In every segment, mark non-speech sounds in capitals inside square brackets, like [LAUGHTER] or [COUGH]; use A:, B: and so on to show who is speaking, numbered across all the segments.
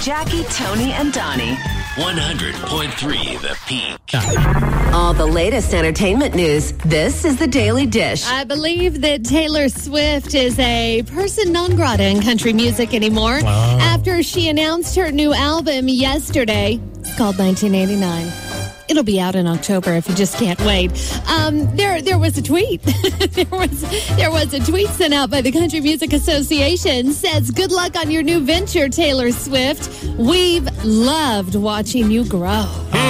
A: Jackie, Tony, and Donnie.
B: 100.3 The Peak.
A: All the latest entertainment news. This is the Daily Dish.
C: I believe that Taylor Swift is a person non grata in country music anymore
D: Wow.
C: after she announced her new album yesterday. It's called 1989. It'll be out in October if you just can't wait. Um, there, there was a tweet. [LAUGHS] there was, there was a tweet sent out by the Country Music Association. Says, "Good luck on your new venture, Taylor Swift. We've loved watching you grow."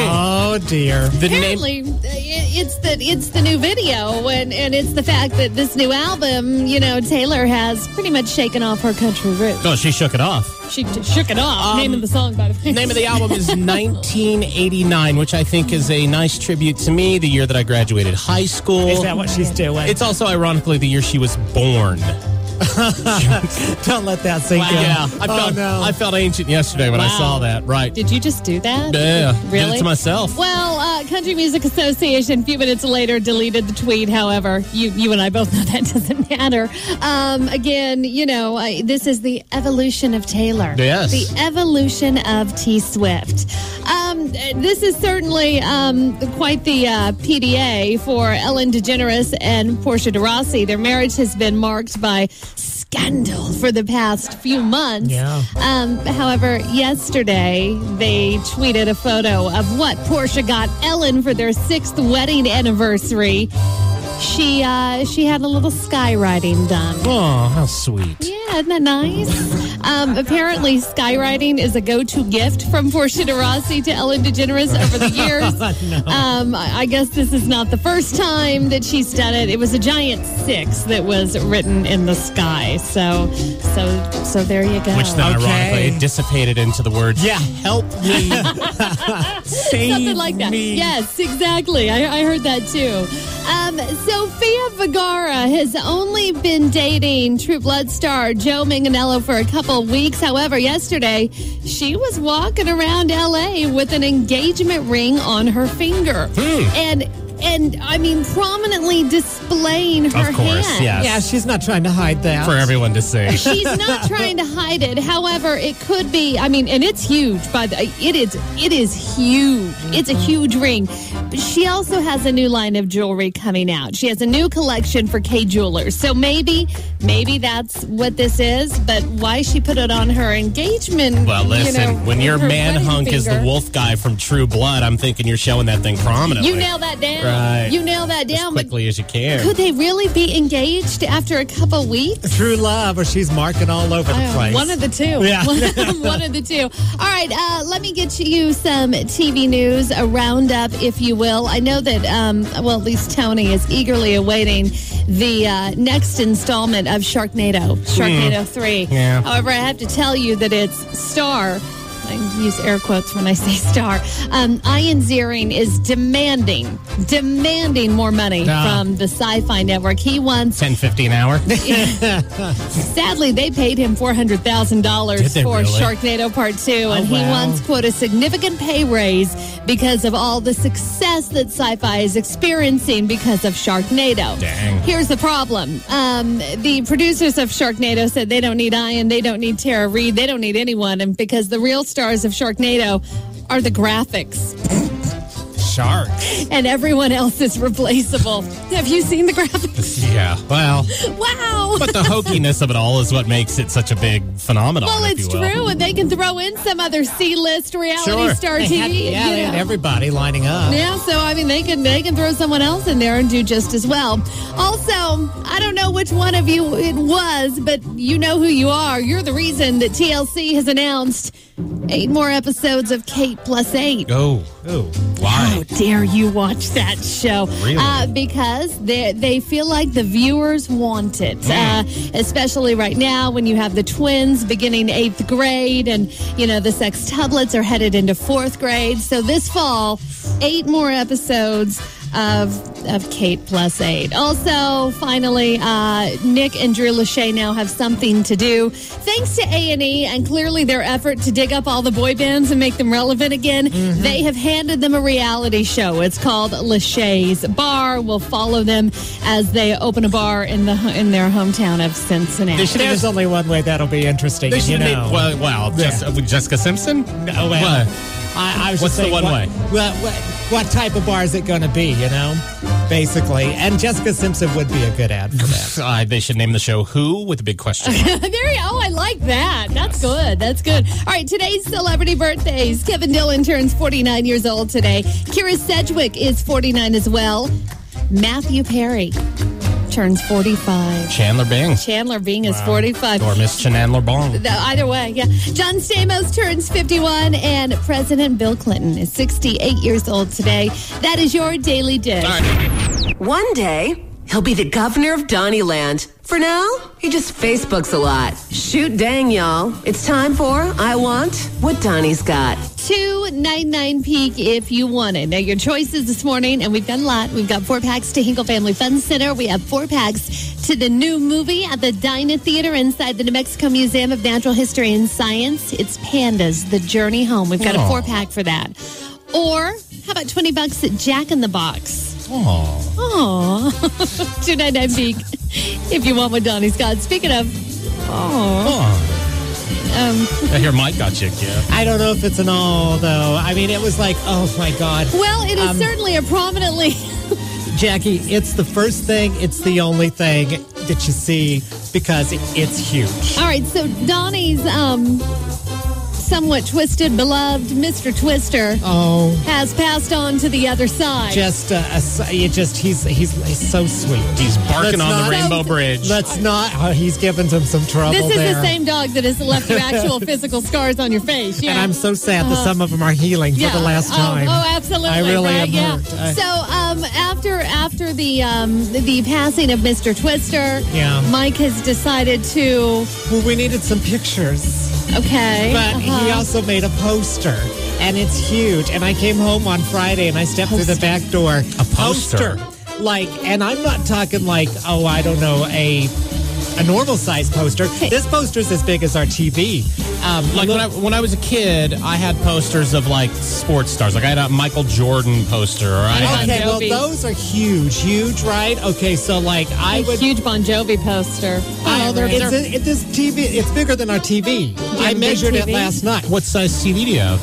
D: Oh dear.
E: The name
C: Apparently, i- it's the it's the new video, and and it's the fact that this new album, you know, Taylor has pretty much shaken off her country roots.
D: Oh, she shook it off.
C: She just shook it off.
E: Um,
C: name of the song, by the way.
E: name of the album is 1989, which I think is a nice tribute to me, the year that I graduated high school.
D: Is that what she's doing?
E: it's also ironically the year she was born.
D: Don't let that sink in.
E: Yeah, I
D: oh
E: felt
D: no.
E: I felt ancient yesterday when I
C: Wow.
E: saw that. Right.
C: Did you just do that?
E: Yeah,
C: really?
E: did it to myself.
C: Well, uh, Country Music Association, a few minutes later, deleted the tweet. However, you, you and I both know [LAUGHS] that doesn't matter. Um, again, you know, I, this is the evolution of Taylor.
E: Yes.
C: The evolution of T Swift. Um, this is certainly um, quite the uh, PDA for Ellen DeGeneres and Portia de Rossi. Their marriage has been marked by scandal for the past few months.
D: Yeah.
C: Um, however, yesterday they tweeted a photo of what Portia got Ellen for their sixth wedding anniversary. She uh, she had a little skywriting done.
E: oh, how sweet.
C: Yeah, isn't that nice? Um, apparently, skywriting is a go-to gift from Portia de Rossi to Ellen DeGeneres over the years. um, I I guess this is not the first time that she's done it. It was a giant six that was written in the sky. So, so, so there you go.
E: Which then
D: Okay.
E: ironically it dissipated into the words.
D: Yeah.
E: Help
D: [LAUGHS]
E: me.
D: Save
C: Something like that.
D: me.
C: Yes, exactly. I, I heard that too. Um, Sophia Vergara has only been dating True Blood star Joe Manganiello for a couple of weeks. However, yesterday she was walking around LA with an engagement ring on her finger,
E: Hmm.
C: and and I mean prominently displaying her
E: Of course,
C: hand.
E: yes.
D: Yeah, she's not trying to hide that.
E: For everyone
C: [LAUGHS]
E: to see.
C: She's
E: [LAUGHS]
C: not trying to hide it. However, it could be. I mean, and it's huge. By the it is it is huge. It's a huge ring. But She also has a new line of jewelry coming out. She has a new collection for K Jewelers. So maybe maybe that's what this is. But why she put it on her engagement?
E: Well,
C: you
E: listen,
C: know,
E: when your
C: her
E: man
C: wedding
E: hunk is the
C: finger.
E: wolf guy from True Blood, I'm thinking you're showing that thing prominently.
C: you nail that down.
E: Right.
C: You nail that
E: as
C: down. But
E: quickly as you can.
C: could they really be engaged after a couple weeks?
D: True love, or she's marking all over the
C: Oh,
D: place.
C: One of the two.
D: Yeah.
C: One, [LAUGHS] one of the two. All right, uh, let me get you some TV news, a roundup, if you will. I know that, um, well, at least Tony is eagerly awaiting the uh, next installment of Sharknado, Sharknado
D: Hmm.
C: 3.
E: Yeah.
C: However, I have to tell you that it's star. I use air quotes when I say star. Um, Ian Ziering is demanding, demanding more money
D: Ah.
C: from the Sci Fi Network. He wants
E: 10.50 an
D: [LAUGHS]
E: hour.
C: Sadly, they paid him four hundred thousand
E: Did
C: dollars
E: they
C: for
E: really? Oh,
C: Sharknado Part Two, and he
D: wow.
C: wants quote a significant pay raise because of all the success that sci-fi is experiencing because of Sharknado.
E: Dang.
C: Here's the problem: um, the producers of Sharknado said they don't need Ian, they don't need Tara Reid, they don't need anyone, and because the real stars of Sharknado are the graphics,
E: Shark.
C: and everyone else is replaceable. Have you seen the graphics? [LAUGHS]
E: Yeah. Well,
C: Wow.
E: but the hokiness of it all is what makes it such a big phenomenon.
C: Well,
E: if
C: it's
E: you will.
C: true, and they can throw in some other C-list reality
E: Sure.
C: star
D: They
C: TV.
D: had- yeah,
C: you
D: they
C: know.
D: had everybody lining up.
C: Yeah, so I mean, they can they can throw someone else in there and do just as well. Also, I don't know which one of you it was, but you know who you are. You're the reason that TLC has announced eight more episodes of Kate plus eight.
E: Oh. Oh.
C: How
E: Why?
C: dare you watch that show?
E: Really?
C: Uh, because they they feel like the viewers want it, uh, especially right now when you have the twins beginning eighth grade, and you know the sextuplets are headed into fourth grade. So this fall, eight more episodes. of of Kate plus eight. Also, finally, uh, Nick and Drew Lachey now have something to do. Thanks to A and E and clearly their effort to dig up all the boy bands and make them relevant again, they have handed them a reality show. It's called Lachey's Bar. We'll follow them as they open a bar in the in their hometown of Cincinnati.
E: They should have
D: There's
E: just-
D: only one way that'll be interesting.
E: they
D: and you
E: should have
D: know,
E: made- well, well, Jes- uh, Jessica Simpson?
D: No way.
E: What?
D: I, I was
E: What's
D: just
E: the
D: saying,
E: one
D: what,
E: way?
D: What, what, what type of bar is it going to be, you know? Basically. And Jessica Simpson would be a good ad for that.
E: [LAUGHS] Uh, they should name the show Who with a big question.
C: [LAUGHS] [LAUGHS] there you Oh, I like that. That's good. That's good. All right, today's celebrity birthdays. Kevin Dillon turns 49 years old today. Kira Sedgwick is 49 as well. Matthew Perry turns 45.
E: Chandler Bing.
C: Chandler Bing is 45.
E: Or Miss Chandler Bong.
C: No, either way, yeah. John Stamos turns 51, and President Bill Clinton is 68 years old today. That is your daily dish.
A: One day, he'll be the governor of Donnyland. For now, he just Facebooks a lot. Shoot dang, y'all. It's time for I Want What Donny's Got.
C: 299 Peak if you want it. Now, your choices this morning, and we've got a lot. We've got four packs to Hinkle Family Fun Center. We have four packs to the new movie at the Dyna Theater inside the New Mexico Museum of Natural History and Science. It's Pandas, The Journey Home. We've got a
E: Oh.
C: four pack for that. Or, how about 20 bucks at Jack in the Box?
E: Oh.
C: Aw. [LAUGHS] 299 Peak if you want what Donnie Scott. Speaking of, aw.
E: I hear Mike
C: [LAUGHS]
E: got you a gift.
D: I don't know if it's an all, though. I mean, it was like, oh my God.
C: Well, it is certainly a prominently.
D: Jackie, it's the first thing, it's the only thing that you see because it's huge.
C: All right, so Donnie's um, somewhat twisted, beloved Mr. Twister
D: Oh.
C: has passed on to the other side.
D: Just, uh, a s- you just he's, he's he's so sweet.
E: He's barking
D: Let's
E: on the
D: not-
E: Rainbow Bridge.
D: Let's not. Oh, he's giving him some trouble.
C: this is
D: there.
C: the same dog that has left you
D: [LAUGHS]
C: actual physical scars on your face. Yeah.
D: And I'm so sad that some of them are healing for the last
C: Uh-huh. Oh,
D: time.
C: Oh, absolutely.
D: I really
C: right?
D: am
C: yeah.
D: hurt. I-
C: so um, after after the um, the passing of Mr. Twister,
D: Yeah.
C: Mike has decided to
D: well, we needed some pictures,
C: okay.
D: but he
C: uh-huh.
D: also made a poster, and it's huge. And I came home on Friday, and I stepped through the back door. A
E: poster.
D: like, and I'm not talking like, oh, I don't know, a a normal size poster. This poster is as big as our TV. Um,
E: Like when I, when I was a kid, I had posters of like sports stars. Like I had a Michael Jordan poster, or I had
D: Okay, well,
C: Adobe.
D: those are huge, huge, right? Okay, so like I
C: a
D: would
C: huge Bon Jovi poster.
D: I-
C: Oh, they're-
D: it's
C: they're-
D: a- it- this TV. It's bigger than our TV.
C: have
D: I
C: a big
D: measured it
C: TV?
D: last night.
E: What size TV do you have?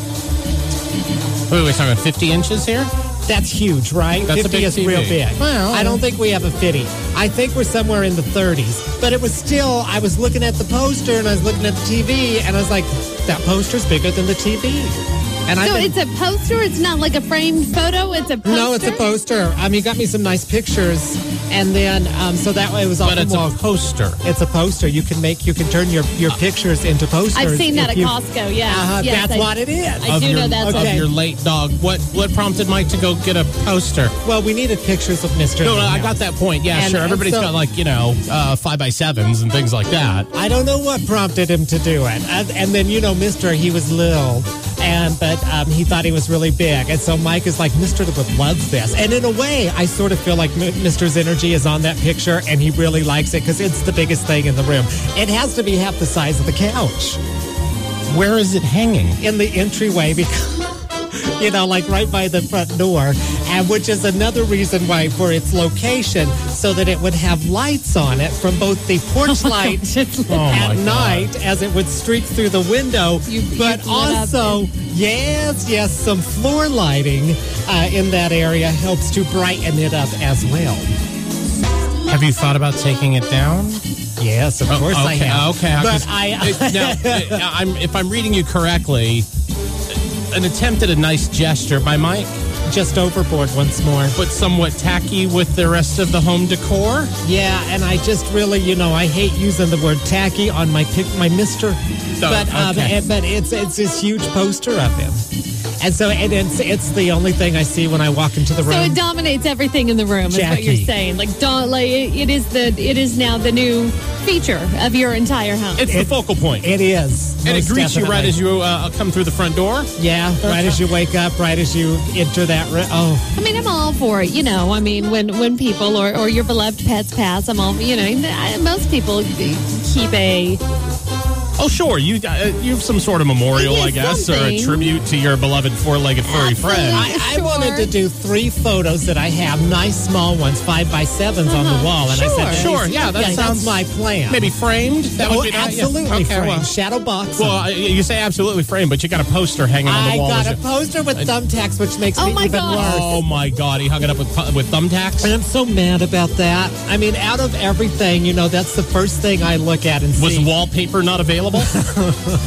E: Wait, we're talking about 50 inches here?
D: That's huge, right?
E: That's a
D: 50
E: big
D: is
E: TV.
D: real big.
E: Well-
D: I don't think we have a 50. I think we're somewhere in the 30s. But it was still, I was looking at the poster and I was looking at the TV and I was like, that poster's bigger than the TV. And I
C: so it's
D: think
C: a poster. It's not like a framed photo. It's a poster.
D: no, it's a poster. Um, he got me some nice pictures, and then um, so that way it was all
E: But it's a
D: wall.
E: poster.
D: It's a poster. You can make, you can turn your your pictures into posters.
C: I've seen that
D: if
C: at
D: you-
C: Costco. Yeah,
D: Uh-huh,
C: Yes,
D: that's
C: I-
D: what it is.
C: I do
E: your,
C: know that's
E: of
D: okay.
E: your late dog. What what prompted Mike to go get a poster?
D: Well, we needed pictures of Mr.
E: No, no, I
D: Milhouse.
E: got that point. Yeah,
D: And-
E: sure.
D: and
E: Everybody's
D: so-
E: got like you know uh, five by sevens and things like that.
D: I don't know what prompted him to do it. And, and then, you know, Mr., he was little. And but um, he thought he was really big, and so Mike is like, "Mr. would loves this." And in a way, I sort of feel like M- Mr.'s energy is on that picture, and he really likes it because it's the biggest thing in the room. It has to be half the size of the couch
E: Where is it hanging?
D: in the entryway because [LAUGHS] you know like right by the front door and which is another reason why for its location so that it would have lights on it from both the porch light
E: Oh, my
D: at
E: God.
D: night as it would streak through the window
C: You- you
D: but
C: lit up
D: also yes yes some floor lighting uh, in that area helps to brighten it up as well
E: Have you thought about taking it down?
D: yes of course
E: Oh, okay,
D: i have
E: Okay,
D: but
E: just-
D: i
E: It- now, I- I'm, if I'm reading you correctly, an attempt at a nice gesture by Mike,
D: [LAUGHS] just overboard once more
E: but somewhat tacky with the rest of the home decor.
D: Yeah, and I just really, you know, I hate using the word tacky on my pic, my Mister,
E: Oh,
D: but um,
E: okay.
D: and- but it's it's this huge poster of him. And so it, it's it's the only thing I see when I walk into the room.
C: So it dominates everything in the room, is what you're
D: Jackie.
C: saying. Like, don't like it it is the it is now the new feature of your entire house.
E: It's the focal point.
D: it is.
E: and it
D: most
E: greets you right
D: definitely.
E: as you uh, come through the front door.
D: Yeah, right as you wake up, right as you enter that room. Oh,
C: I mean, I'm all for it. You know, I mean, when when people or, or your beloved pets pass, I'm all you know. I- Most people keep a
E: Oh, sure. You uh, you have some sort of memorial,
C: Yeah,
E: I guess, or a
C: something.
E: tribute to your beloved four-legged furry friend.
C: Absolutely.
D: I, I
C: Sure.
D: wanted to do three photos that I have, nice small ones, five by 7s on
C: Uh-huh.
D: the wall. And I said,
C: Sure.
E: Sure, yeah, that
D: that's
E: sounds-
D: my plan.
E: Maybe framed. That
D: oh,
E: would be nice. Yeah.
D: absolutely
E: Okay,
D: framed.
E: well.
D: Shadow box.
E: Well,
D: them.
E: I- you say absolutely framed, but you got a poster hanging on the
D: I
E: wall.
D: got
E: Is
D: a
E: it-
D: poster with thumbtacks, which makes
C: Oh
D: me
C: my
D: even
C: gosh.
D: worse.
E: Oh my god, he hung it up with pu- with thumbtacks.
D: And I'm so mad about that. I mean, out of everything, you know, that's the first thing I look at and
E: Was
D: see.
E: wallpaper
D: [LAUGHS]
E: not available? Oh,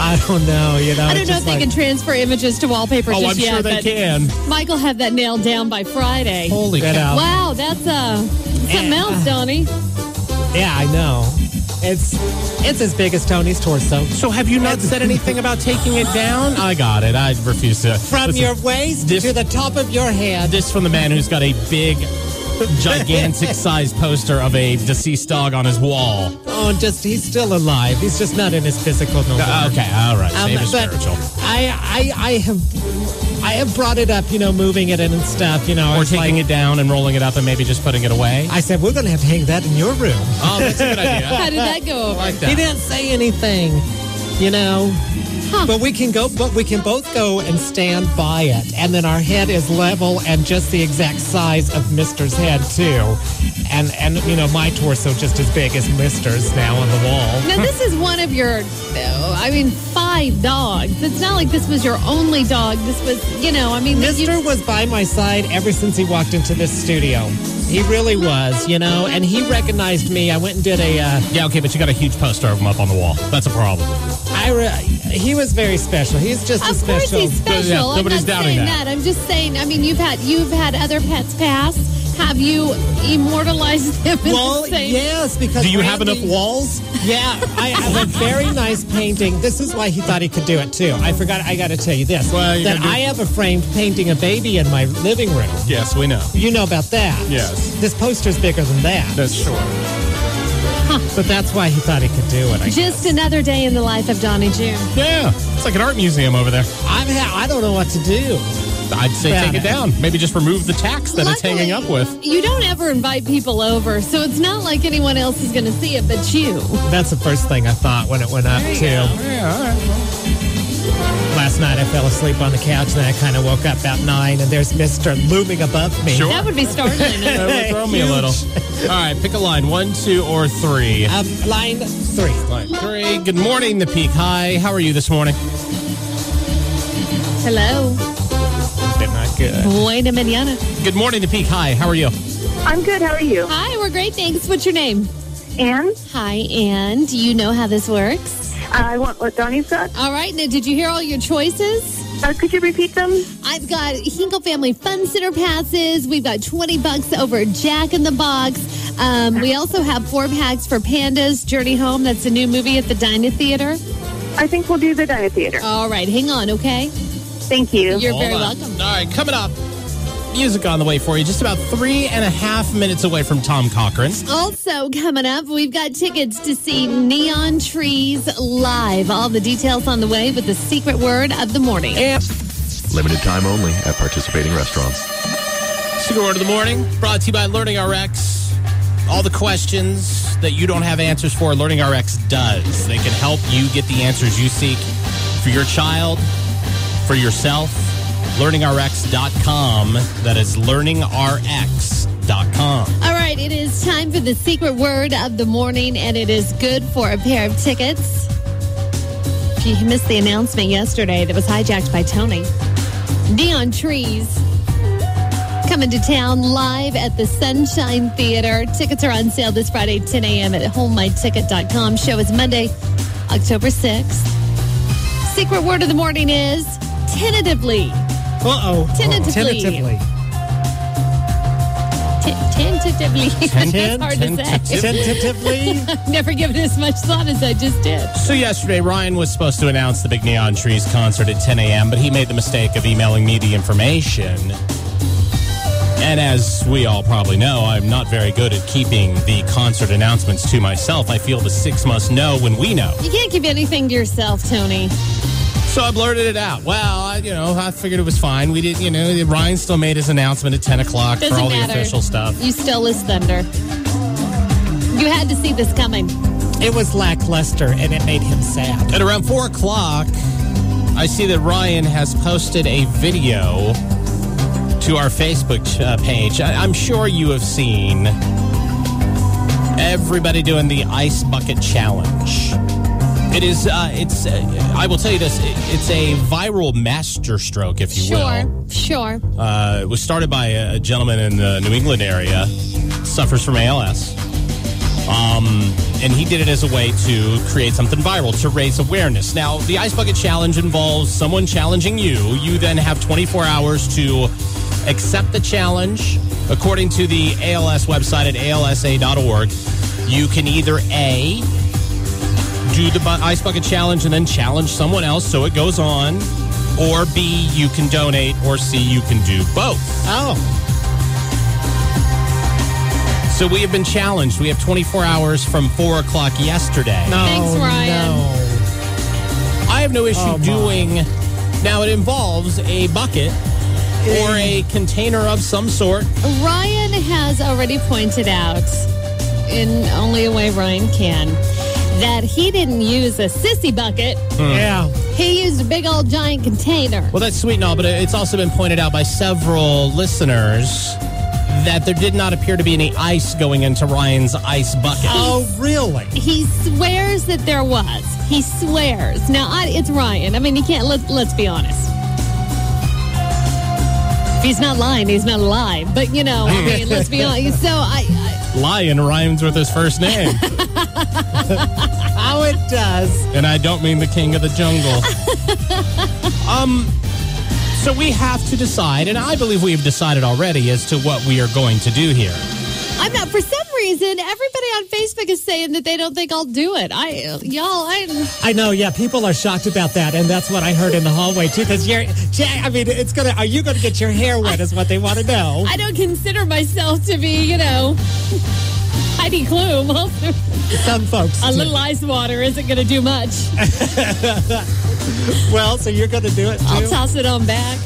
D: I don't know, you know.
C: I don't
D: it's
C: know if
D: just
C: they
D: like-
C: can transfer images to wallpaper
E: oh,
C: just
E: I'm
C: yet.
E: sure they
C: but
E: can.
C: Mike will have that nailed down by Friday.
E: Holy
D: Get
E: cow.
D: out.
C: Wow, that's uh, something
D: Yeah.
C: else, Donnie.
D: Yeah, I know. It's it's as big as Tony's torso.
E: So have you not said anything about taking it down? I got it. I refuse to.
D: From
E: Listen,
D: your waist
E: this-
D: to the top of your head.
E: this from the man who's got a big, gigantic sized poster of a deceased dog on his wall.
D: Oh, just he's still alive. He's just not in his physical no more.
E: Uh, okay, all right.
D: Um,
E: Save it
D: but
E: spiritual.
D: I, I I have I have brought it up, you know, moving it in and stuff, you know.
E: Or
D: it's
E: taking
D: like,
E: it down and rolling it up and maybe just putting it away.
D: I said we're gonna have to hang that in your room.
E: Oh, that's a good
D: uh,
E: idea.
C: How did that go over?
E: like
D: He
E: that.
D: didn't say anything, you know. But we can go. But we can both go and stand by it, and then our head is level and just the exact size of Mister's head too, and and you know my torso just as big as Mister's now on the wall.
C: Now this is one of your, uh, I mean, five dogs. It's not like this was your only dog. This was, you know, I mean, that
D: Mister
C: you-
D: was by my side ever since he walked into this studio. He really was, you know, and he recognized me. I went and did a. Uh,
E: Yeah, okay, but you got a huge poster of him up on the wall. That's a problem.
D: I re- he was very special. He's just a
C: Of
D: special.
C: course he's
E: Yeah,
C: special. I'm
E: nobody's
C: not
E: doubting
C: saying
E: that.
C: that. I'm just saying. I mean, you've had you've had other pets pass. Have you immortalized [LAUGHS] them? in
D: well,
C: the same-
D: yes, because
E: Do you have
D: Randy-
E: enough walls?
D: Yeah, I have a very nice painting. This is why he thought he could do it too. I forgot. I got to tell you this.
E: Well, you
D: that
E: gotta do-
D: I have a framed painting of baby in my living room.
E: Yes, we know.
D: You know about that.
E: Yes.
D: This poster's bigger than that.
E: That's sure.
D: but that's why he thought he could do it. I,
C: Just another day in the life of Donnie June.
E: Yeah, it's like an art museum over there.
D: I'm ha- I don't know what to do.
E: I'd say
D: About
E: take it
D: it.
E: down. Maybe just remove the tax that it's hanging up
C: Luckily,
E: with.
C: You don't ever invite people over, so it's not like anyone else is going to see it but you.
D: That's the first thing I thought when it went up too.
E: Yeah, all right.
D: Last night I fell asleep on the couch and I kind of woke up about nine and there's Mister looming above me.
E: Sure.
C: That would be
E: [LAUGHS]
C: startling.
E: That would throw me
D: [LAUGHS]
E: a little. All right, pick a line one, two, or three.
D: Um, line three.
E: Line three. Good morning, The Peak. Hi, how are you this morning?
C: Hello,
E: They're not good.
C: buena mañana.
E: Good morning, The Peak. Hi, how are you?
F: I'm good. How are you?
C: Hi, we're great. Thanks. What's your name?
F: And
C: Hi, Anne. Do you know how this works?
F: I want what Donnie's got.
C: All right. Now, did you hear all your choices?
F: Uh, could you repeat them?
C: I've got Hinkle Family Fun Center passes. We've got 20 bucks over at Jack in the Box. Um, we also have four packs for Pandas Journey Home. That's a new movie at the Dyna Theater.
F: I think we'll do the Diner Theater.
C: All right. Hang on, okay?
F: Thank you.
C: You're
E: Hold
C: very
E: on.
C: welcome.
E: All right, coming up. Music on the way for you. Just about three and a half minutes away from Tom Cochran.
C: Also coming up, we've got tickets to see Neon Trees live. All the details on the way with the secret word of the morning.
G: Limited time only at participating restaurants.
E: Secret Word of the Morning, brought to you by Learning RX. All the questions that you don't have answers for, Learning RX does. They can help you get the answers you seek for your child, for yourself. LearningRx.com. That is learningrx.com.
C: All right, it is time for the secret word of the morning, and it is good for a pair of tickets. If you missed the announcement yesterday that was hijacked by Tony, Neon Trees coming to town live at the Sunshine Theater. Tickets are on sale this Friday, 10 a.m. at homemyticket.com. Show is Monday, October 6th. Secret word of the morning is tentatively.
D: Uh oh.
C: Tentatively.
D: Tentatively.
C: T- tentatively. [LAUGHS] That's hard to say.
D: Tentatively,
C: Never given it as much thought as I just did.
E: So yesterday, Ryan was supposed to announce the Big Neon Trees concert at 10 a.m., but he made the mistake of emailing me the information. And as we all probably know, I'm not very good at keeping the concert announcements to myself. I feel the six must know when we know.
C: You can't give anything to yourself, Tony.
E: So I blurted it out. Well, I, you know, I figured it was fine. We didn't, you know, Ryan still made his announcement at 10 o'clock
C: Doesn't
E: for all
C: matter.
E: the official stuff.
C: You still is thunder. You had to see this coming.
D: it was lackluster, and it made him sad.
E: At around four o'clock, I see that Ryan has posted a video to our Facebook uh, page. I- I'm sure you have seen everybody doing the ice bucket challenge. It is. Uh, it's. Uh, I will tell you this. It, it's a viral masterstroke, if you
C: Sure,
E: will.
C: sure.
E: Uh, it was started by a a gentleman in the New England area, suffers from ALS. Um, and he did it as a way to create something viral to raise awareness. Now, the Ice Bucket Challenge involves someone challenging you. You then have 24 hours to accept the challenge. According to the ALS website at alsa.org, you can either A, do the bu- ice bucket challenge and then challenge someone else so it goes on or b you can donate or c you can do both
D: Oh,
E: so we have been challenged we have 24 hours from 4 o'clock yesterday
D: no,
C: Thanks,
E: Oh,
C: Ryan.
D: no.
E: i have no issue
D: Oh, my.
E: doing now it involves a bucket or a container of some sort
C: Ryan has already pointed out, in only a way Ryan can, that he didn't use a sissy bucket.
E: Hmm.
D: Yeah.
C: He used a big old giant container.
E: well that's sweet and all but it's also been pointed out by several listeners that there did not appear to be any ice going into ryan's ice bucket
D: Oh, really?
C: He swears that there was. He swears. Now, I, it's Ryan. I mean, he can't. Let's let's be honest. If he's not lying, he's not alive. But you know, I mean, let's be honest. So I, I
E: lion rhymes with his
D: [LAUGHS]
E: first name
D: Oh, it does.
E: and I don't mean the king of
D: [LAUGHS]
E: the jungle. um, so we have to decide, and I believe we have decided already as to what we are going to do here.
C: I'm not. For some reason, everybody on Facebook is saying that they don't think I'll do it. I, y'all, I.
D: I know. Yeah, people are shocked about that, and that's what I heard in the hallway too. Because you're, Jack. I mean, it's gonna. Are you gonna get your hair wet? Is what they want to know.
C: I don't consider myself to be, you know, Heidi Klum. [LAUGHS]
D: Some folks.
C: A
D: do.
C: little ice water isn't going to do much.
D: Well, so you're gonna do it too.
C: I'll toss it on back.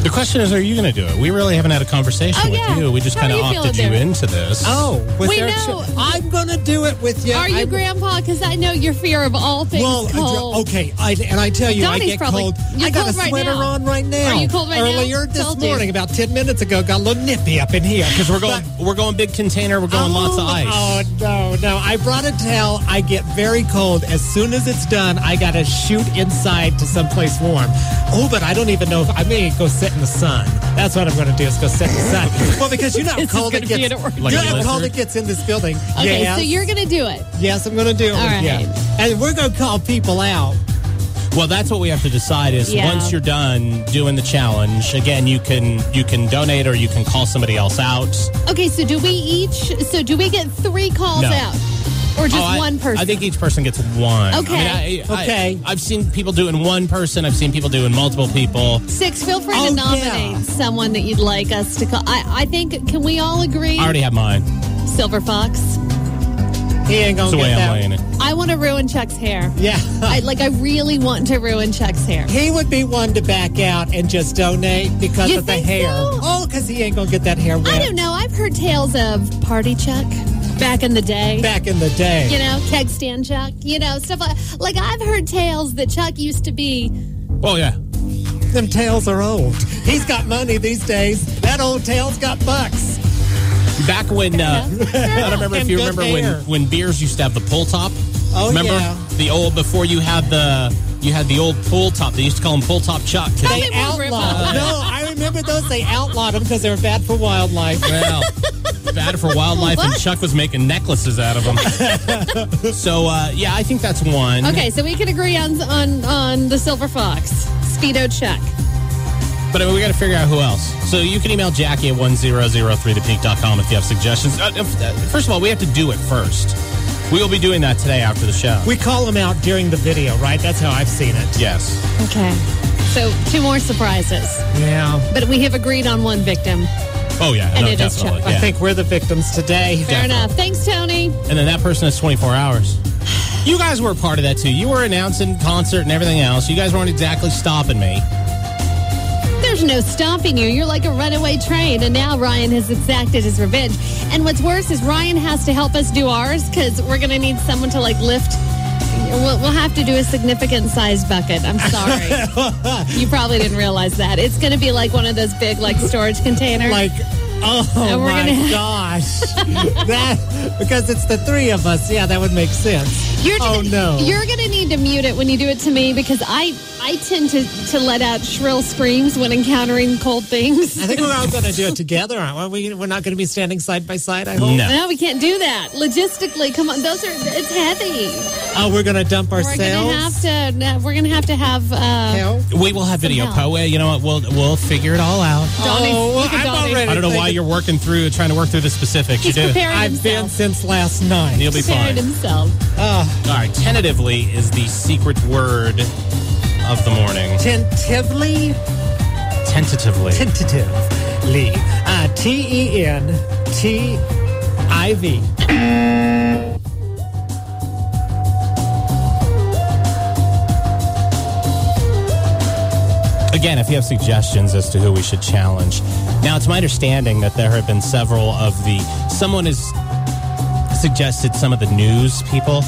E: The question is, are you going to do it? We really haven't had a conversation
C: Oh,
E: with
C: yeah.
E: you. We just
C: How
E: kind of
C: are you
E: opted you
C: feeling there?
E: into this.
D: Oh, with
C: We
D: their
C: know.
D: I'm gonna do it with you.
C: Are you,
D: I'm-
C: Grandpa? Because I know your fear of all things
D: Well, uh,
C: cold.
D: okay, I, and I tell you, I
C: Donnie's
D: get
C: probably-
D: cold.
C: you're
D: I got
C: cold
D: a
C: right
D: sweater
C: now.
D: on right now.
C: Are you cold right now?
D: Earlier this
C: Told you.
D: morning, about ten minutes ago, got a little nippy up in here
E: because we're going, we're going big container. We're going lots of ice.
D: Oh no, no! I brought a towel. I get very cold. As soon as it's done, I gotta shoot inside to someplace warm. Oh, but I don't even know if I may go sit in the sun. That's what I'm gonna do is go sit in the sun.
E: [LAUGHS]
D: Well, because you know how
C: This is
D: cold it
C: gonna be
D: gets.
C: an orgy.
D: you know
E: Like a
D: how cold
E: blizzard.
D: it gets in this building.
C: Okay,
D: yes,
C: so you're going to do it.
D: yes, I'm gonna do it.
C: All
D: with you.
C: right.
D: and we're gonna call people out.
E: Well, that's what we have to decide. Is
C: Yeah.
E: once you're done doing the challenge, again, you can you can donate or you can call somebody else out.
C: Okay, so do we each? So do we get three calls
E: No.
C: out, or just
E: Oh, I-
C: one person?
E: I think each person gets one.
C: Okay.
E: I mean, I,
D: Okay.
E: I, have seen people do it in one person. I've seen people do it in multiple people.
C: six. Feel free
D: Oh,
C: to
D: yeah.
C: nominate someone that you'd like us to call. I, I think. Can we all agree?
E: I already have mine.
C: Silver Fox.
D: He ain't gonna
E: That's the
D: get
E: way
D: that.
E: I'm laying it.
C: I want to ruin Chuck's hair.
D: Yeah. [LAUGHS]
C: I, like I really want to ruin Chuck's hair.
D: He would be one to back out and just donate because
C: You
D: of the
C: think
D: hair.
C: so?
D: Oh, because he ain't gonna get that hair
C: I
D: wet
C: don't know. I've heard tales of Party Chuck back in the day.
D: back in the day.
C: you know, keg stand Chuck. You know, stuff like like I've heard tales that Chuck used to be.
E: Oh yeah.
D: Them tails are old. He's got money these days. That old tail's got bucks.
E: Back when uh, [LAUGHS] I don't remember if
D: And
E: you
D: good
E: remember
D: hair.
E: when when beers used to have the pull top.
D: Oh,
E: remember
D: yeah.
E: the old before you had the you had the old pull top. They used to call them pull top chuck. 'cause-
C: They
D: They
C: were
D: outlawed.
C: ripped.
D: No, I remember those. They outlawed them because they were bad for wildlife.
E: well, bad for wildlife, and
C: What?
E: Chuck was making necklaces out of them. so uh, yeah, I think that's one.
C: Okay, so we can agree on on on the silver fox, speedo Chuck.
E: But I mean, we got to figure out who else. So you can email Jackie at 1003thepeak.com if you have suggestions. Uh, if- uh, First of all, we have to do it first. We will be doing that today after the show.
D: We call them out during the video, right? That's how I've seen it.
E: yes.
C: Okay. So two more surprises,
D: Yeah.
C: but we have agreed on one victim.
E: Oh, yeah.
C: And
E: no,
C: it is
E: definitely.
C: Chuck.
E: Yeah.
D: I think we're the victims today.
C: Fair
E: Definitely.
C: enough. Thanks, Tony.
E: and then that person is 24 hours. You guys were a part of that too. You were announcing concert and everything else. You guys weren't exactly stopping me.
C: There's no stopping you. You're like a runaway train. And now Ryan has exacted his revenge. And what's worse is Ryan has to help us do ours because we're going to need someone to like lift. We'll, we'll have to do a significant size bucket. I'm sorry. you probably didn't realize that. It's going to be like one of those big like storage containers.
D: Like, oh
C: And we're
D: my
C: gonna- [LAUGHS]
D: gosh. that because it's the three of us. Yeah, that would make sense.
C: You're
D: oh no.
C: You're gonna need to mute it when you do it to me because I I tend to to let out shrill screams when encountering cold things.
D: I think we're all going to do it together, aren't we? We're not going to be standing side by side. I hope.
E: No.
C: No, we can't do that logistically. Come on, those are it's heavy.
D: Oh, we're going to dump
C: We're gonna have
D: ourselves.
C: to. no, We're gonna have to have. Uh,
D: Help.
E: We will have video.
C: Somehow.
E: Po, you know what? We'll we'll figure it all out.
C: Donnie,
D: Oh,
C: look at
D: I'm
C: Donnie.
D: already-
E: I don't know why you're working through trying to work through the specifics.
C: He's
E: you do.
C: preparing
D: I've been
C: himself.
D: since last night.
E: You'll be
C: Preparing
E: fine.
C: himself.
E: All right. Tentatively is the secret word of the morning.
D: Tentatively,
E: Tentatively.
D: tentatively. Uh, T E N T I V.
E: Again, if you have suggestions as to who we should challenge. Now, it's my understanding that there have been several of the. Someone has suggested some of the news people,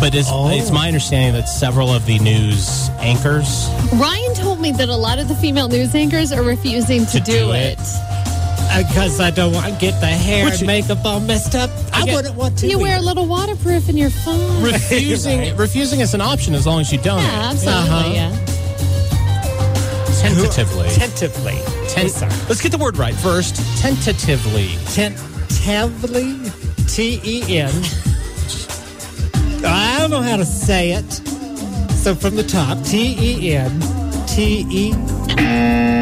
E: but it's,
D: Oh.
E: it's my understanding that several of the news anchors.
C: Ryan told me that a lot of the female news anchors are refusing to,
E: To do
C: it.
E: it.
D: Because I don't want to get the hair
E: Would
D: and
E: you-
D: makeup all messed up. I,
E: get-
D: wouldn't want to.
C: You wear a little waterproof and you're fine.
D: [LAUGHS]
E: Refusing, refusing is an option as long as you don't.
C: yeah, absolutely.
D: Uh-huh.
C: Yeah.
E: Tentatively.
D: tentatively.
E: Ten-
D: Sorry.
E: Let's get the word right first. Tentatively.
D: Tentatively. T E N. I don't know how to say it. So from the top, T E N T E.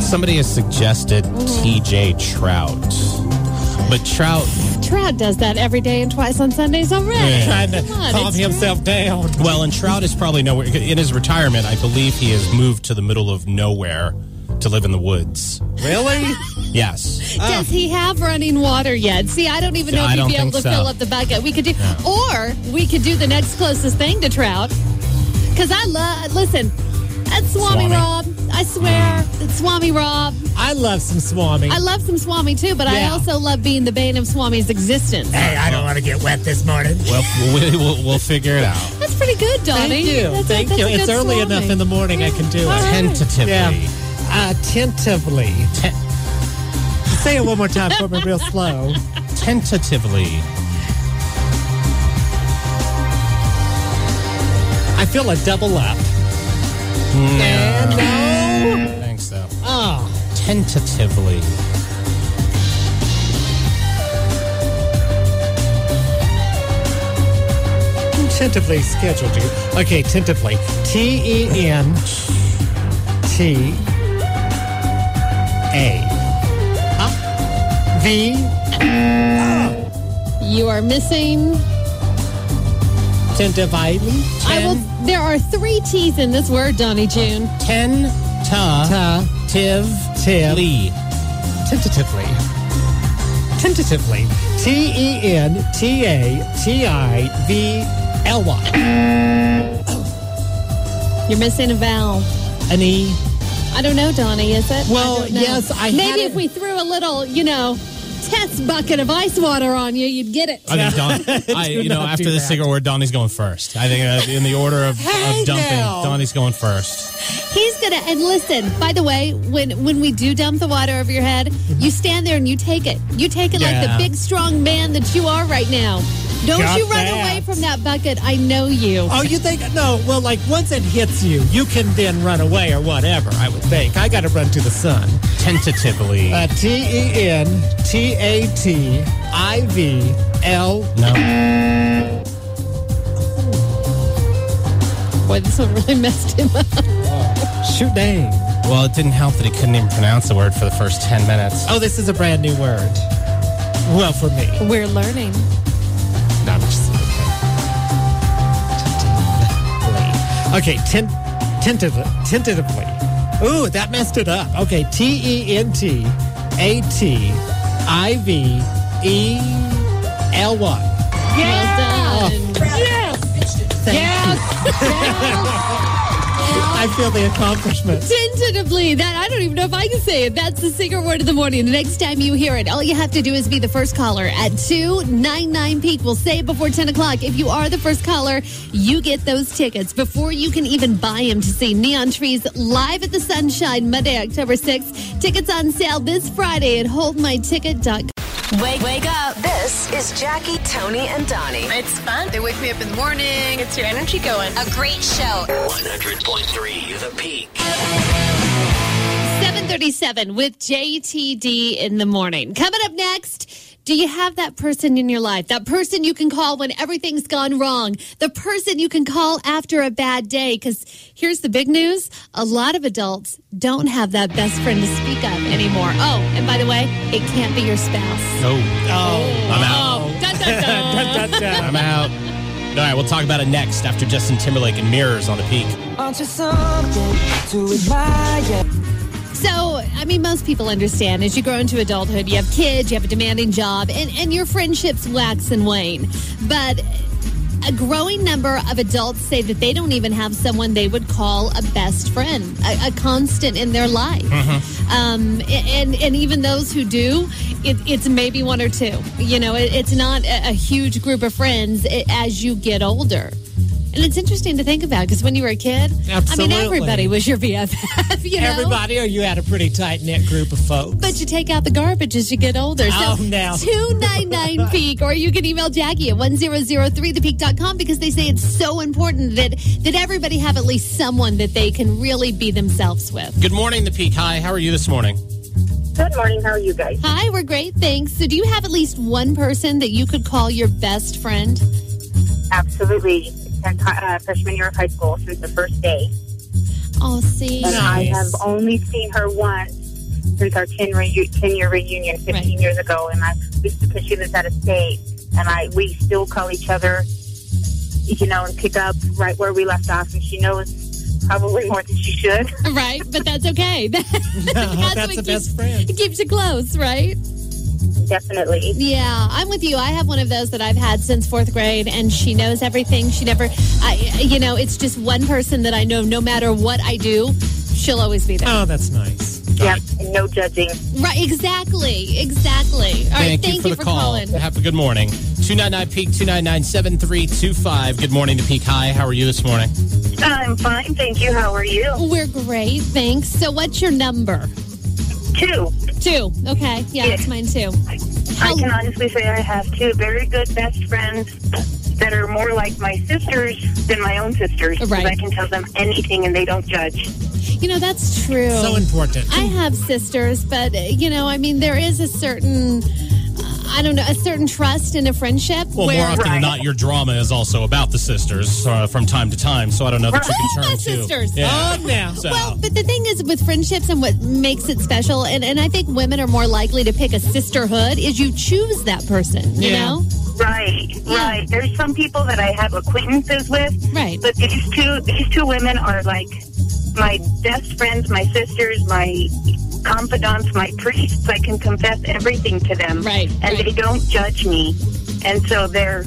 E: Somebody has suggested TJ Trout, but Trout.
C: Trout does that every day and twice on Sundays already.
E: Yeah.
D: Trying to
C: Come on,
D: calm
C: it's
D: himself down.
E: Well, and Trout is probably nowhere. In his retirement, I believe he has moved to the middle of nowhere to live in the woods.
C: [LAUGHS]
D: Really?
E: Yes.
D: Uh.
C: Does he have running water yet? See, I don't even know if
E: I
C: he'd
E: don't
C: be able
E: think
C: to
E: so.
C: fill up the bucket. We could do, or we could do the next closest thing to trout. Because I love, listen, that's Swami,
E: Swami.
C: Rob. I swear,
D: Mm.
C: it's Swami Rob.
D: I love some swami.
C: I love some Swami too, but I
D: Yeah.
C: also love being the bane of Swami's existence.
D: hey, I don't want to get wet this morning.
E: Well, we, we'll, we'll figure it out.
C: That's pretty good, Donnie.
D: Thank you.
C: That's a-
D: Thank
C: that's
D: you.
C: a
D: It's
C: good
D: early
C: Swami.
D: enough in the morning I can do
C: All
D: it.
C: right.
E: Tentatively.
D: Yeah. Uh, tentatively.
E: Te-
D: Say it one more time for me, real slow.
E: tentatively.
D: I feel a double up.
E: No. Thanks, though.
D: Oh,
E: Tentatively.
D: tentatively scheduled you. Okay, tentatively. T E N T A. Huh? V.
C: You are missing.
D: Tentatively.
C: I will. There are three T's in this word, Donnie June.
E: Ten.
D: Ta.
E: Tiv.
D: Tiv.
E: Lee.
D: Tentatively. Tentatively. T E N T A T I V L Y.
C: You're missing a vowel.
D: An E.
C: I don't know, Donnie, is it?
D: Well,
C: I don't know.
D: yes, I
C: Maybe
D: had
C: if
D: it-
C: we threw a little, you know, test bucket of ice water on you, you'd get it.
E: I think Don. I, you know,
D: not
E: after
D: do
E: the
D: that.
E: cigarette word, Donnie's going first. I think uh, in the order of,
D: Hey,
E: of dumping,
D: now.
E: Donnie's going first.
C: He's gonna and listen, by the way, when when we do dump the water over your head,
D: Mm-hmm.
C: you stand there and you take it. You take it like
E: Yeah.
C: the big strong man that you are right now. Don't
D: Got
C: you run
D: that.
C: away from that bucket. I know you.
D: Oh, you think? No, well, like once it hits you, you can then run away or whatever, I would think. I got to run to the sun.
E: Tentatively.
D: Uh, T E N T A T I V L.
E: no.
C: boy, this one really [LAUGHS] messed him up.
D: Shoot dang.
E: Well, it didn't help that he couldn't even pronounce the word for the first 10 minutes.
D: Oh, this is a brand new word. Well, for me.
C: We're learning.
D: No, I'm just okay. Okay, ten, tentative, tentatively. Ooh, that messed it up. Okay, T E N T A T I V E L one.
C: Well done.
D: I feel the accomplishment.
C: Tentatively, that I don't even know if I can say it. That's the secret word of the morning. The next time you hear it, all you have to do is be the first caller at 299 peak. We'll say it before 10 o'clock. If you are the first caller, you get those tickets before you can even buy them to see Neon Trees live at the Sunshine Monday, October 6th. Tickets on sale this Friday at holdmyticket.com.
H: Wake, wake up.
A: This is Jackie, Tony, and Donnie.
H: It's fun. They wake me up in the morning. Gets your energy going. A great show.
B: 100.3 The Peak.
C: 737 with JTD in the morning. Coming up next, do you have that person in your life? That person you can call when everything's gone wrong? The person you can call after a bad day? Because here's the big news a lot of adults don't have that best friend to speak of anymore. Oh, and by the way, it can't be your spouse.
E: No. Oh. I'm out.
C: Oh, dun, dun, dun.
D: Dun, dun, dun.
E: [LAUGHS] I'm out. All right, we'll talk about it next after Justin Timberlake and Mirrors on the Peak.
I: Aren't you something to admire?
C: So, I mean, most people understand as you grow into adulthood, you have kids, you have a demanding job, and, and your friendships wax and wane. But a growing number of adults say that they don't even have someone they would call a best friend, a, a constant in their life.
D: Mm-hmm.
C: Um, a- and, and even those who do, it, it's maybe one or two. You know, it, it's not a, a huge group of friends i- as you get older. And it's interesting to think about because when you were a kid, I
D: Absolutely.
C: mean, everybody was your BFF. [LAUGHS] You know?
D: Everybody, or you had a pretty tight knit group of folks.
C: But you take out the garbage as you get older.
D: Oh,
C: so
D: no. [LAUGHS]
C: 299 Peak, E or you can email Jackie at 1003thepeak.com because they say it's so important that, that everybody have at least someone that they can really be themselves with.
E: Good morning, The Peak. Hi, how are you this morning?
F: Good morning. How are you guys?
C: Hi, we're great. Thanks. So, do you have at least one person that you could call your best friend?
F: Absolutely. And, uh, freshman year of high school since the first day.
C: Oh, see.
F: And I
D: Nice.
F: have only seen her once since our 10, reu- 10 year reunion 15
C: Right.
F: years ago. And I, because she lives out of state, and I we still call each other, you know, and pick up right where we left off. And she knows probably more than she should. [LAUGHS]
C: Right? But that's okay. [LAUGHS]
D: No,
C: what
D: that's the
C: keeps-
D: best friend.
C: It keeps you close, right?
F: Definitely.
C: Yeah, I'm with you. I have one of those that I've had since fourth grade, and she knows everything. She never, I, you know, it's just one person that I know. No matter what I do, she'll always be there.
E: Uh.
D: Oh, that's nice.
F: Yeah. And no judging.
C: Right? Exactly. Exactly. All right. Thank,
E: you for the call.
C: calling.
E: Have a good morning. 299 Peak, 299 7325. Good morning, The Peak. Hi, how are you this morning?
F: I'm fine. Thank you. How are you?
C: We're great. Thanks. So, what's your number?
F: Two.
C: Two. Okay. Yeah,
F: Yeah.
C: it's mine too.
F: I
C: How-
F: can honestly say I have two very good best friends that are more like my sisters than my own sisters. 'cause
C: Right.
F: I can tell them anything and they don't judge.
C: You know, that's true.
D: So important.
C: I have sisters, but uh, you know, I mean, there is a certain. I don't know, a certain trust in a friendship
E: Well,
C: where
E: more often than not, your drama is also about the sisters uh, from time to time, so I don't know that you can turn to.
C: Sisters.
E: Yeah.
D: Oh, now.
E: So-
C: Well, but the thing is with friendships and what makes it special, and, and I think women are more likely to pick a sisterhood, is you choose that person, you
D: Yeah.
C: know?
F: Right, right. There's some people that I have acquaintances with,
C: Right.
F: but these two these two women are like my best friends, my sisters, my confidants, my priests. I can confess everything to them,
C: Right,
F: And
C: right.
F: they don't judge me, and so they're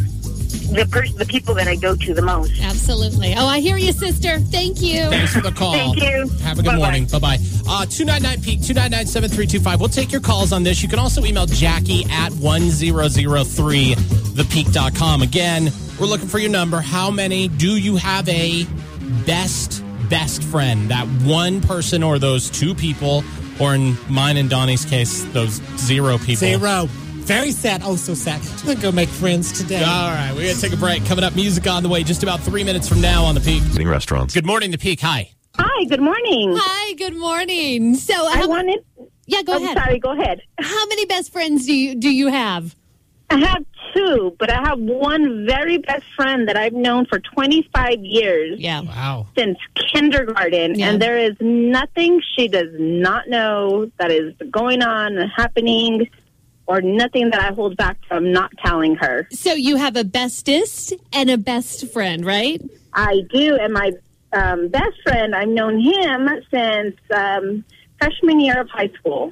F: the pers- the people that I go to the most.
C: Absolutely. Oh, I hear you, sister. Thank you.
E: Thanks for the call.
F: Thank you.
E: Have a good
F: Bye-bye.
E: morning. Bye bye. Uh, 299 Peak, 299 7325. We'll take your calls on this. You can also email Jackie at E 1003thepeak.com. Again, we're looking for your number. How many do you have a best, best friend? That one person or those two people, or in mine and Donnie's case, those zero people.
D: Zero. Very sad. Oh, so sad. I'm going to go make friends today.
E: All right, we're going to take a break. Coming up, music on the way just about three minutes from now on The Peak.
G: Eating restaurants.
E: Good morning, The Peak. Hi.
F: Hi, good morning.
C: Hi, good morning. So, how,
F: wanted.
C: yeah, go ahead.
F: go ahead.
C: How many best friends do you do you have?
J: I have two, but I have one very best friend that I've known for 25 years
C: Yeah.
E: Wow.
J: since kindergarten,
C: Yeah.
J: and there is nothing she does not know that is going on and happening, or nothing that I hold back from not telling her.
C: So you have a bestest and a best friend, right?
J: I do, and my um, best friend, I've known him since um, freshman year of high school.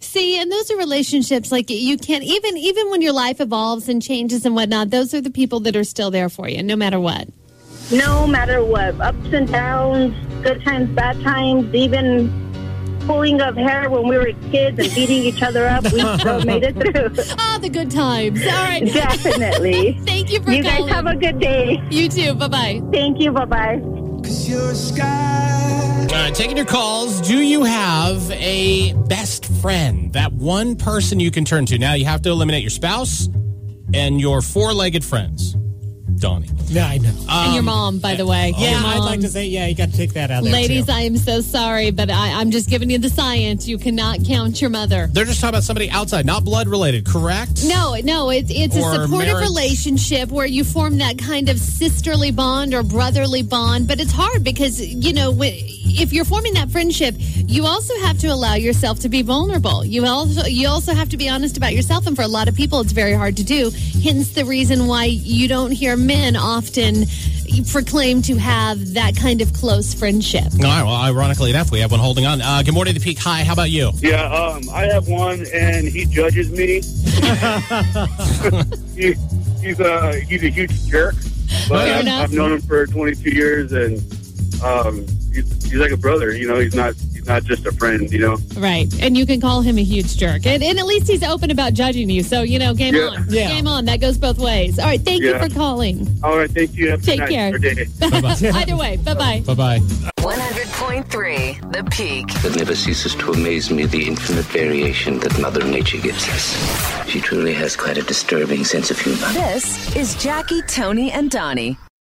C: See, and those are relationships like you can't even even when your life evolves and changes and whatnot, those are the people that are still there for you, no matter what.
J: No matter what, ups and downs, good times, bad times, even pulling of hair when we were kids and beating each other
C: [LAUGHS]
J: up, we still made it through.
C: Ah, the good times. All right.
J: [LAUGHS] Definitely.
C: [LAUGHS] Thank you for
J: You guys
C: calling.
J: have a good day.
C: you too. Bye bye.
J: Thank you. Bye bye.
K: Cause you're a sky.
E: All right, taking your calls. Do you have a best friend? That one person you can turn to. Now you have to eliminate your spouse and your four-legged friends. Donnie.
D: Yeah, I know.
C: and your mom, by the way.
D: Um, yeah,
C: Your
D: I'd
C: mom.
D: like to say, yeah, you got to take that out there.
C: Ladies,
D: too.
C: I am so sorry, but I, I'm just giving you the science. You cannot count your mother.
E: They're just talking about somebody outside, not blood related, correct?
C: No, no, it's it's a
E: Or
C: supportive
E: marriage.
C: relationship where you form that kind of sisterly bond or brotherly bond, but it's hard because you know wh- if you're forming that friendship, you also have to allow yourself to be vulnerable. You also you also have to be honest about yourself, and for a lot of people, it's very hard to do. Hence the reason why you don't hear men often eh, proclaim to have that kind of close friendship.
E: All right, well, ironically enough, we have one holding on. Uh, good morning, The Peak. Hi, how about you?
L: Yeah, um, I have one, and he judges
C: [LAUGHS]
L: me. he, he's a he's a huge jerk, but
C: Fair
L: I've,
C: enough.
L: I've known him for 22 years, and um, he's, he's like a brother. You know, he's not he's not just a friend. You know,
C: Right. And you can call him a huge jerk. And, and at least he's open about judging you. So, you know, game
L: Yeah.
C: on.
D: Yeah.
C: Game on. That goes both ways. All right. Thank
L: Yeah.
C: you for calling.
L: all right. Thank you. Have a
C: Take
L: nice
C: care. [LAUGHS]
L: day.
C: Either way. Bye bye.
E: Bye bye.
A: 100.3 The Peak.
B: It never ceases to amaze me the infinite variation that Mother Nature gives us. She truly has quite a disturbing sense of humor.
A: This is Jackie, Tony, and Donnie.